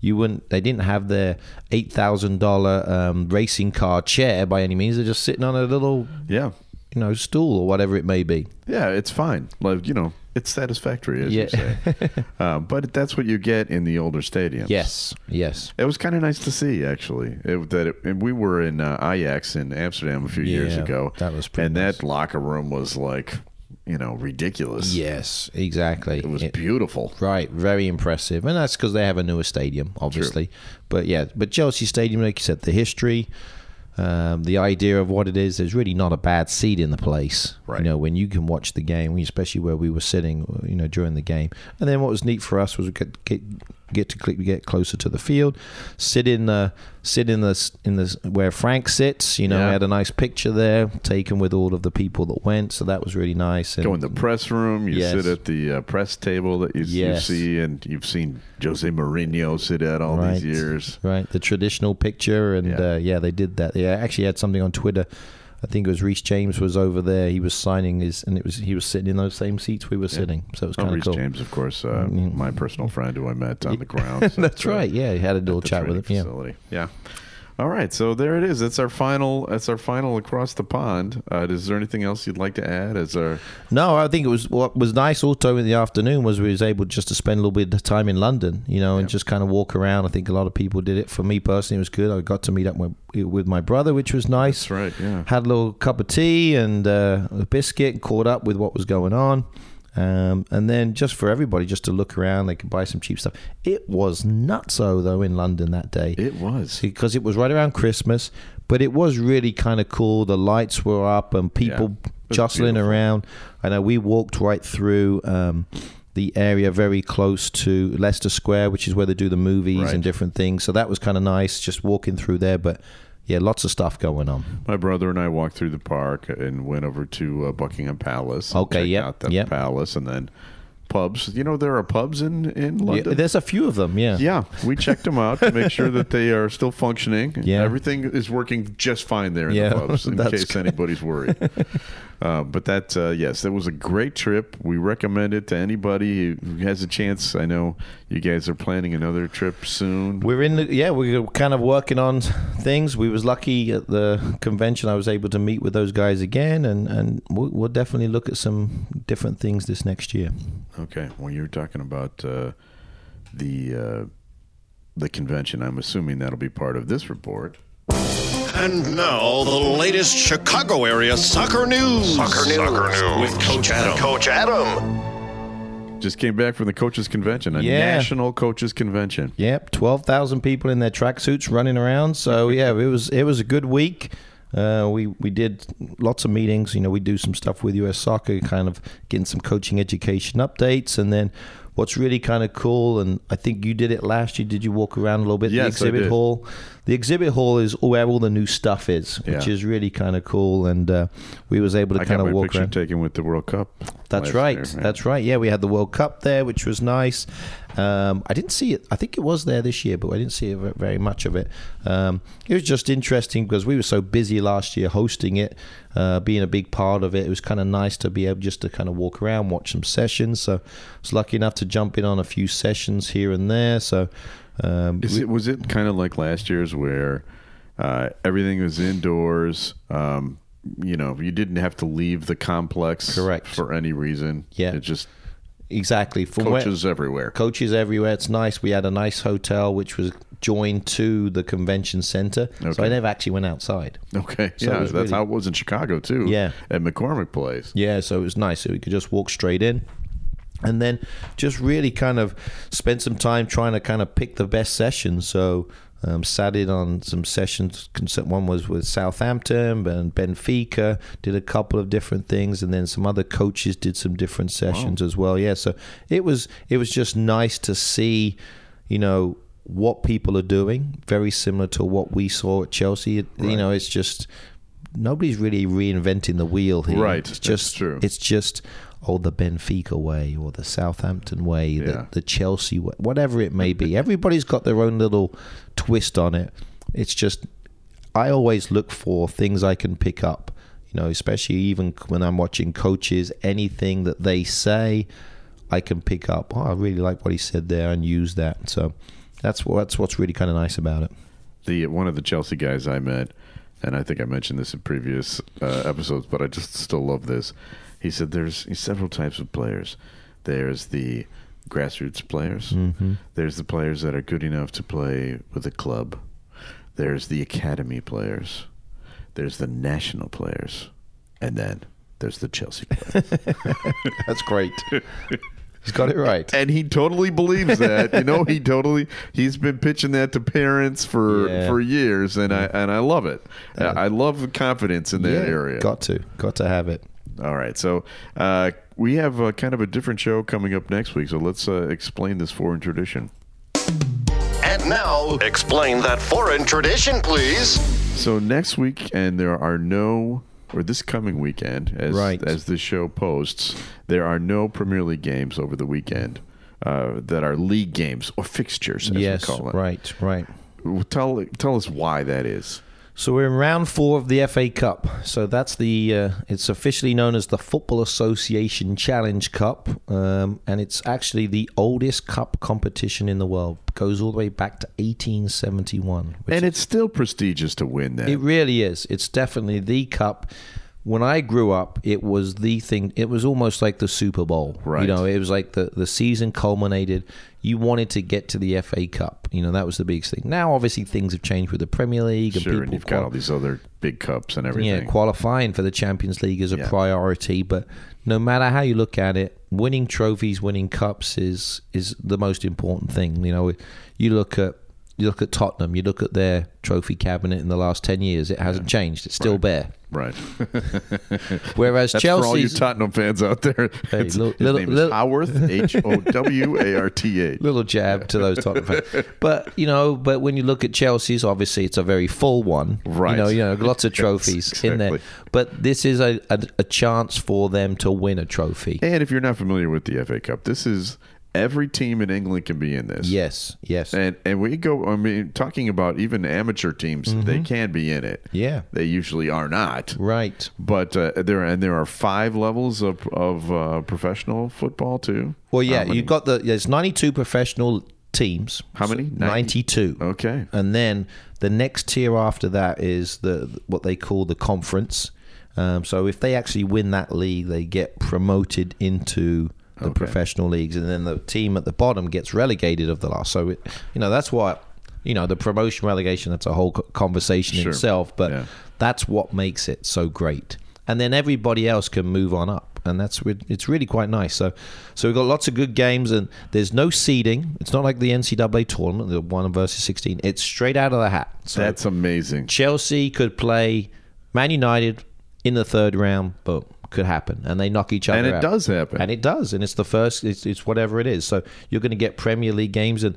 Speaker 1: you wouldn't they didn't have their eight thousand dollar um, racing car chair by any means they're just sitting on a little
Speaker 3: Yeah.
Speaker 1: you know stool or whatever it may be
Speaker 3: Yeah, it's fine. Like, you know, it's satisfactory, as you
Speaker 1: Yeah.
Speaker 3: say. uh, but that's what you get in the older stadiums.
Speaker 1: yes yes
Speaker 3: It was kind of nice to see, actually. It, that it, and we were in uh, Ajax in Amsterdam a few years
Speaker 1: Yeah,
Speaker 3: ago.
Speaker 1: that was pretty
Speaker 3: and
Speaker 1: nice.
Speaker 3: that locker room was like, you know, ridiculous.
Speaker 1: yes exactly
Speaker 3: it was
Speaker 1: It-
Speaker 3: beautiful.
Speaker 1: Right, very impressive, and that's because they have a newer stadium, obviously. But yeah, but Chelsea Stadium, like you said, the history, um, the idea of what it is, there's really not a bad seat in the place.
Speaker 3: Right.
Speaker 1: You know, when you can watch the game, especially where we were sitting, you know, during the game. And then what was neat for us was we could get get to cl- get closer to the field, sit in the sit in the s- in the s- where Frank sits. You know,
Speaker 3: Yeah.
Speaker 1: we had a nice picture there taken with all of the people that went, so that was really nice. And
Speaker 3: Go in the press room. You
Speaker 1: Yes.
Speaker 3: sit at the uh, press table that you, you
Speaker 1: Yes.
Speaker 3: see, and you've seen Jose Mourinho sit at all
Speaker 1: right.
Speaker 3: these years.
Speaker 1: Right, the traditional picture, and
Speaker 3: Yeah.
Speaker 1: yeah, uh, yeah they did that. They actually had something on Twitter. I think it was Reese James was over there. He was signing his, and it was he was sitting in those same seats we were sitting. So it was
Speaker 3: Oh,
Speaker 1: kind of
Speaker 3: Reece
Speaker 1: cool. Mm-hmm.
Speaker 3: James, of course, uh, my personal friend who I met on the grounds. uh,
Speaker 1: That's right. Yeah, he had a little
Speaker 3: the
Speaker 1: chat with him.
Speaker 3: training facility. Yeah. All right, so there it is. That's our final. That's our final across the pond. Uh, is there anything else you'd like to add? Is there?
Speaker 1: Yeah. No, I think it was what was nice. Also in the afternoon was we was able just to spend a little bit of time in London, you know, and just kind of walk around. I think a lot of people did it. For me personally, it was good. I got to meet up with, with my brother, which was nice.
Speaker 3: That's right. Yeah.
Speaker 1: had a little cup of tea and uh, a biscuit and caught up with what was going on um, and then just for everybody just to look around they could buy some cheap stuff it was nutso though in london that day
Speaker 3: It was.
Speaker 1: because it was right around christmas but it was really kind of cool the lights were up and people
Speaker 3: It was
Speaker 1: jostling
Speaker 3: beautiful.
Speaker 1: around i know we walked right through um, the area very close to Leicester Square, which is where they do the movies
Speaker 3: Right.
Speaker 1: and different things. So that was kind of nice, just walking through there. But yeah, lots of stuff going on.
Speaker 3: My brother and I walked through the park and went over to uh, Buckingham Palace. and
Speaker 1: Okay,
Speaker 3: checked
Speaker 1: yep,
Speaker 3: out the
Speaker 1: yep.
Speaker 3: palace and then pubs. You know there are pubs in in London.
Speaker 1: Yeah, there's a few of them. Yeah,
Speaker 3: yeah, we checked them out to make sure that they are still functioning.
Speaker 1: Yeah.
Speaker 3: everything is working just fine there in
Speaker 1: Yeah,
Speaker 3: the pubs. In
Speaker 1: that's
Speaker 3: case
Speaker 1: good.
Speaker 3: anybody's worried. uh, but that uh, yes, that was a great trip. We recommend it to anybody who has a chance. I know you guys are planning another trip soon.
Speaker 1: We're in the yeah. We're kind of working on things. We was lucky at the convention. I was able to meet with those guys again, and and we'll, we'll definitely look at some different things this next year.
Speaker 3: Okay. Well, you were talking about uh, the uh, the convention. I'm assuming that'll be part of this report.
Speaker 4: And now, the latest Chicago area soccer news.
Speaker 5: Soccer news. Soccer news.
Speaker 4: With Coach Adam.
Speaker 5: Coach Adam.
Speaker 3: Just came back from the coaches convention, a
Speaker 1: Yeah.
Speaker 3: national coaches convention.
Speaker 1: Yep, twelve thousand people in their tracksuits running around. So yeah, it was it was a good week. Uh, we we did lots of meetings. You know, we do some stuff with U.S. Soccer, kind of getting some coaching education updates, and then what's really kind of cool. And I think you did it last year. Did you walk around a little bit? the
Speaker 3: Yes, I
Speaker 1: exhibit
Speaker 3: did.
Speaker 1: hall. The exhibit hall is where all the new stuff is, which
Speaker 3: Yeah.
Speaker 1: is really kind of cool. And uh, we was able to
Speaker 3: I
Speaker 1: kind
Speaker 3: got
Speaker 1: of
Speaker 3: my
Speaker 1: walk
Speaker 3: picture
Speaker 1: around.
Speaker 3: taken with the World Cup.
Speaker 1: That's
Speaker 3: last
Speaker 1: right.
Speaker 3: year, yeah.
Speaker 1: That's right. Yeah, we had the World Cup there, which was nice. Um, I didn't see it. I think it was there this year, but I didn't see it ve- very much of it. Um, it was just interesting because we were so busy last year hosting it, uh, being a big part of it. It was kind of nice to be able just to kind of walk around, watch some sessions. So I was lucky enough to jump in on a few sessions here and there. So um,
Speaker 3: Is it was it kind of like last year's where uh, everything was indoors? Um, you know, you didn't have to leave the complex
Speaker 1: Correct.
Speaker 3: for any reason.
Speaker 1: Yeah.
Speaker 3: it just
Speaker 1: exactly from where-
Speaker 3: coaches everywhere.
Speaker 1: coaches everywhere. It's nice. We had a nice hotel which was joined to the convention center, so
Speaker 3: Okay.
Speaker 1: I never actually went outside.
Speaker 3: Okay,
Speaker 1: So it
Speaker 3: yeah,
Speaker 1: was
Speaker 3: that's
Speaker 1: really-
Speaker 3: how it was in Chicago too.
Speaker 1: Yeah.
Speaker 3: at McCormick Place.
Speaker 1: Yeah, so it was nice. So we could just walk straight in. And then just really kind of spent some time trying to kind of pick the best sessions. So um, sat in on some sessions. Cons- One was with Southampton and Benfica, did a couple of different things, and then some other coaches did some different sessions as well. Yeah, so it was it was just nice to see, you know, what people are doing. Very similar to what we saw at Chelsea. It- You know, it's just nobody's really reinventing the wheel here.
Speaker 3: Right,
Speaker 1: It's
Speaker 3: that's
Speaker 1: just
Speaker 3: true.
Speaker 1: It's just oh the Benfica way or the Southampton way,
Speaker 3: Yeah.
Speaker 1: the, the Chelsea way, whatever it may be. Everybody's got their own little twist on it. It's just I always look for things I can pick up. You know, especially even when I'm watching coaches, anything that they say, I can pick up. Oh, I really like what he said there and use that. So that's what, that's what's really kind of nice about it.
Speaker 3: the one of the Chelsea guys I met, and I think I mentioned this in previous uh, episodes, but I just still love this. He said there's several types of players. There's the grassroots players.
Speaker 1: Mhm.
Speaker 3: There's the players that are good enough to play with a club. There's the academy players. There's the national players, and then there's the Chelsea players.
Speaker 1: That's great. He's got it right.
Speaker 3: and he totally believes that. You know, he totally he's been pitching that to parents for
Speaker 1: Yeah.
Speaker 3: for years, and I and I love it. I I love the confidence in that
Speaker 1: Yeah,
Speaker 3: area.
Speaker 1: Got to, got to have it.
Speaker 3: All right, so uh, we have uh kind of a different show coming up next week. So let's uh, explain this foreign tradition.
Speaker 5: And now, explain that foreign tradition, please.
Speaker 3: So next week, and there are no, or this coming weekend, as
Speaker 1: Right.
Speaker 3: as this show posts, there are no Premier League games over the weekend uh, that are league games or fixtures, as
Speaker 1: yes,
Speaker 3: we call it.
Speaker 1: right, right.
Speaker 3: Tell tell us why that is.
Speaker 1: So we're in round four of the FA Cup. So that's the uh, it's officially known as the Football Association Challenge Cup, um, and it's actually the oldest cup competition in the world. Goes all the way back to 1871. which
Speaker 3: and it's still prestigious to win that.
Speaker 1: It really is. It's definitely the cup. When I grew up, it was the thing. It was almost like the Super Bowl.
Speaker 3: Right.
Speaker 1: You know, it was like the, the season culminated. You wanted to get to the FA Cup. You know, that was the biggest thing. Now, obviously, things have changed with the Premier League and
Speaker 3: sure, and
Speaker 1: people
Speaker 3: you've got
Speaker 1: qual-
Speaker 3: all these other big cups and everything.
Speaker 1: yeah, qualifying for the Champions League is a
Speaker 3: Yeah.
Speaker 1: priority, but no matter how you look at it, winning trophies, winning cups is is the most important thing. You know, you look at you look at Tottenham, you look at their trophy cabinet in the last 10 years, it hasn't changed. It's still bare.
Speaker 3: Right.
Speaker 1: Whereas
Speaker 3: That's for all you
Speaker 1: Chelsea's-
Speaker 3: Tottenham fans out there.
Speaker 1: Hey,
Speaker 3: It's-
Speaker 1: little-
Speaker 3: his
Speaker 1: little-
Speaker 3: name
Speaker 1: little-
Speaker 3: is Howarth. H O W A R T H.
Speaker 1: Little jab to those Tottenham fans. But, you know, but when you look at Chelsea's, obviously it's a very full one.
Speaker 3: Right.
Speaker 1: You know, you know lots of
Speaker 3: Yes,
Speaker 1: trophies in there.
Speaker 3: exactly.
Speaker 1: But this is a, a, a chance for them to win a trophy.
Speaker 3: And if you're not familiar with the FA Cup, this is every team in England can be in this.
Speaker 1: Yes, yes.
Speaker 3: And and we go. I mean, talking about even amateur teams, they can be in it.
Speaker 1: Mm-hmm. Yeah.
Speaker 3: They usually are not.
Speaker 1: Right.
Speaker 3: But uh, there and there are five levels of of uh, professional football too.
Speaker 1: Well, yeah,
Speaker 3: How many?
Speaker 1: you've got the there's 92 professional teams.
Speaker 3: How many?
Speaker 1: So 92.
Speaker 3: Okay.
Speaker 1: And then the next tier after that is the what they call the conference. Um, so if they actually win that league, they get promoted into the professional leagues, and then the team at the bottom gets relegated of the last. So it, you know that's why you know the promotion relegation. That's a whole co- conversation in
Speaker 3: Sure.
Speaker 1: itself, but
Speaker 3: Yeah.
Speaker 1: that's what makes it so great. And then everybody else can move on up, and that's re- it's really quite nice. So, so we've got lots of good games, and there's no seeding. It's not like the NCAA tournament, the one versus sixteen. It's straight out of the hat. So
Speaker 3: That's amazing.
Speaker 1: Chelsea could play Man United in the third round, but could happen, and they knock each other.
Speaker 3: And it
Speaker 1: out.
Speaker 3: does happen.
Speaker 1: and it does, and it's the first. It's, it's whatever it is. So you're going to get Premier League games and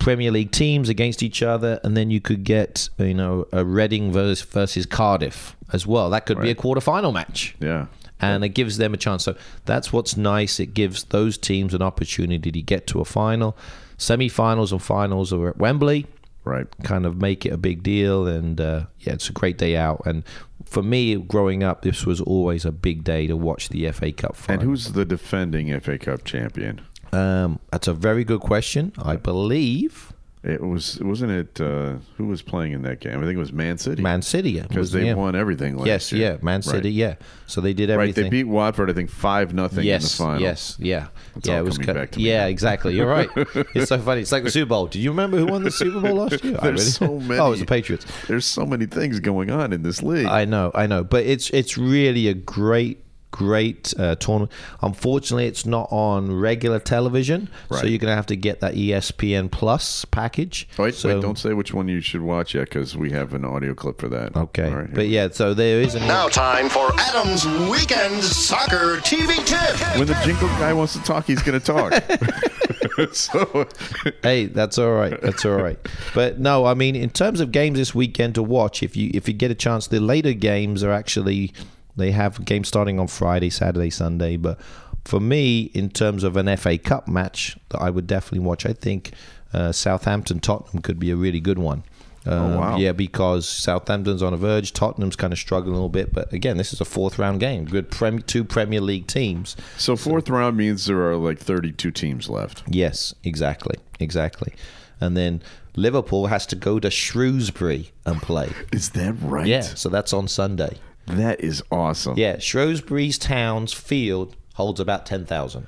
Speaker 1: Premier League teams against each other, and then you could get you know a Reading versus, versus Cardiff as well. That could be a quarterfinal match.
Speaker 3: Yeah.
Speaker 1: And it gives them a chance. So that's what's nice. It gives those teams an opportunity to get to a final. Semi-finals and finals are at Wembley
Speaker 3: Right.
Speaker 1: kind of make it a big deal and uh, yeah it's a great day out and for me growing up this was always a big day to watch the FA Cup
Speaker 3: And
Speaker 1: final
Speaker 3: who's the defending FA Cup champion?
Speaker 1: um, that's a very good question I believe
Speaker 3: It was wasn't it? Uh, who was playing in that game? I think it was Man City.
Speaker 1: Man City
Speaker 3: because they won everything last
Speaker 1: yes
Speaker 3: year.
Speaker 1: yeah Man City yeah so they did
Speaker 3: Right.
Speaker 1: everything
Speaker 3: They beat Watford, I think, five nothing
Speaker 1: yes,
Speaker 3: in the final.
Speaker 1: Yes, yeah.
Speaker 3: It's
Speaker 1: yeah,
Speaker 3: all
Speaker 1: it was
Speaker 3: coming
Speaker 1: cut-
Speaker 3: back to me
Speaker 1: Yeah,
Speaker 3: now.
Speaker 1: exactly. You're right. it's so funny. It's like the Super Bowl. Do you remember who won the Super Bowl last year? I
Speaker 3: There's
Speaker 1: really-
Speaker 3: so many.
Speaker 1: Oh, it was the Patriots.
Speaker 3: There's so many things going on in this league.
Speaker 1: I know, I know, but it's it's really a great great uh, tournament. Unfortunately, it's not on regular television, so
Speaker 3: Right.
Speaker 1: you're going to have to get that E ESPN Plus package.
Speaker 3: Oh, wait,
Speaker 1: so,
Speaker 3: wait, don't say which one you should watch yet, because we have an audio clip for that.
Speaker 1: Okay,
Speaker 3: All right,
Speaker 1: but yeah, so there is an
Speaker 4: Now, time for Adam's Weekend Soccer TV Tip.
Speaker 3: when the jingle guy wants to talk, he's going to talk. so,
Speaker 1: hey, that's all right. That's all right. But no, I mean, in terms of games this weekend to watch, if you if you get a chance, the later games are actually they have games starting on Friday, Saturday, Sunday. But for me, in terms of an FA Cup match that I would definitely watch, I think uh, Southampton Tottenham could be a really good one. Um,
Speaker 3: wow.
Speaker 1: Yeah, because Southampton's on a verge. Tottenham's kind of struggling a little bit, but again, this is a fourth round game. Good prem- two Premier League teams.
Speaker 3: so fourth round means there are like 32 teams left.
Speaker 1: Yes, exactly, exactly. And then Liverpool has to go to Shrewsbury and play.
Speaker 3: Is that right?
Speaker 1: Yeah, so that's on Sunday.
Speaker 3: That is awesome.
Speaker 1: Yeah, Shrewsbury's town's field holds about ten thousand.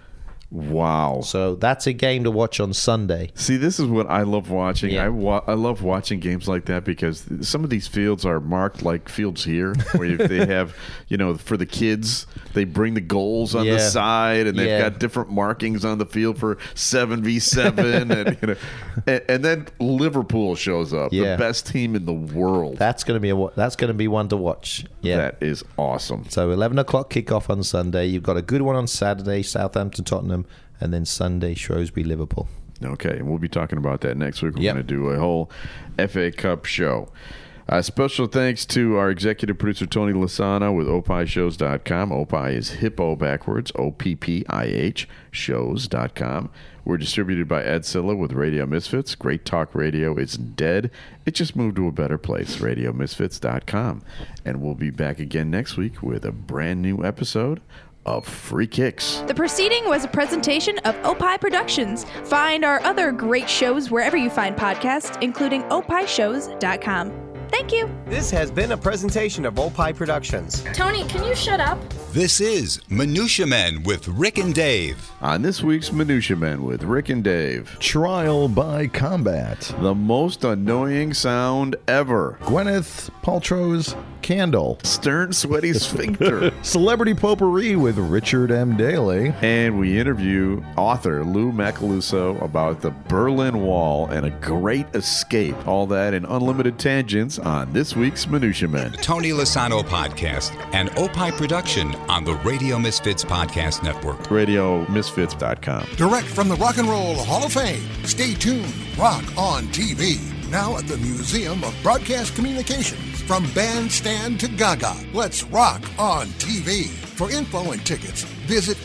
Speaker 3: Wow.
Speaker 1: So that's a game to watch on Sunday.
Speaker 3: See, this is what I love watching.
Speaker 1: Yeah.
Speaker 3: I wa- I love watching games like that because th- some of these fields are marked like fields here, where if they have, you know, for the kids, they bring the goals on
Speaker 1: Yeah.
Speaker 3: the side, and they've
Speaker 1: Yeah.
Speaker 3: got different markings on the field for seven v seven, and you know, and, and then Liverpool shows up,
Speaker 1: Yeah.
Speaker 3: the best team in the world.
Speaker 1: That's gonna be a wa- that's gonna be one to watch. Yeah.
Speaker 3: that is awesome.
Speaker 1: So eleven o'clock kickoff on Sunday. You've got a good one on Saturday, Southampton, Tottenham, and then Sunday, Shrewsbury, Liverpool.
Speaker 3: Okay, and we'll be talking about that next week. We're
Speaker 1: Yep.
Speaker 3: going to do a whole FA Cup show. Uh, special thanks to our executive producer, Tony Lasana with opishows.com. Opie is hippo backwards, O P P I H, shows.com. We're distributed by Ed Silla with Radio Misfits. Great Talk Radio isn't dead, it just moved to a better place, radiomisfits.com. And we'll be back again next week with a brand new episode of Free Kicks.
Speaker 12: The proceeding was a presentation of Opie Productions. Find our other great shows wherever you find podcasts, including opishows.com. Thank you.
Speaker 13: This has been a presentation of Opie Productions.
Speaker 12: Tony, can you shut up?
Speaker 14: This is Minutia Men with Rick and Dave.
Speaker 3: On this week's Minutia Men with Rick and Dave.
Speaker 1: Trial by combat.
Speaker 3: The most annoying sound ever.
Speaker 1: Gwyneth Paltrow's candle.
Speaker 3: Stern sweaty sphincter.
Speaker 1: Celebrity potpourri with Richard M. Daley.
Speaker 3: And we interview author Lou Macaluso about the Berlin Wall and a great escape. All that and unlimited tangents on this week's Minutia Men.
Speaker 14: Tony Lasano podcast, an Opie production on the Radio Misfits Podcast Network.
Speaker 3: RadioMisfits.com.
Speaker 4: Direct from the Rock and Roll Hall of Fame. Stay tuned. Rock on TV. Now at the Museum of Broadcast Communications. From bandstand to gaga, let's rock on TV. For info and tickets, visit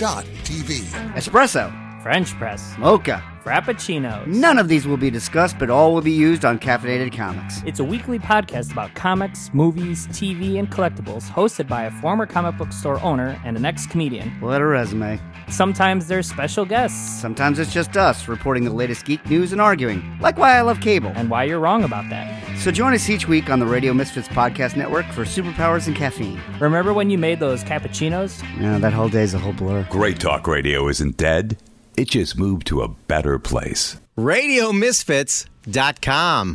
Speaker 4: museum.tv.
Speaker 2: Espresso. French press.
Speaker 15: Mocha.
Speaker 2: Frappuccinos.
Speaker 15: None of these will be discussed, but all will be used on Caffeinated Comics.
Speaker 2: It's a weekly podcast about comics, movies, TV, and collectibles, hosted by a former comic book store owner and an ex comedian.
Speaker 15: What a resume.
Speaker 2: Sometimes there's special guests.
Speaker 15: Sometimes it's just us reporting the latest geek news and arguing, like why I love cable.
Speaker 2: And why you're wrong about that.
Speaker 15: So join us each week on the Radio Misfits Podcast Network for superpowers and caffeine.
Speaker 2: Remember when you made those cappuccinos?
Speaker 15: Yeah, that whole day's a whole blur.
Speaker 14: Great Talk Radio isn't dead, it just moved to a better place.
Speaker 13: RadioMisfits.com.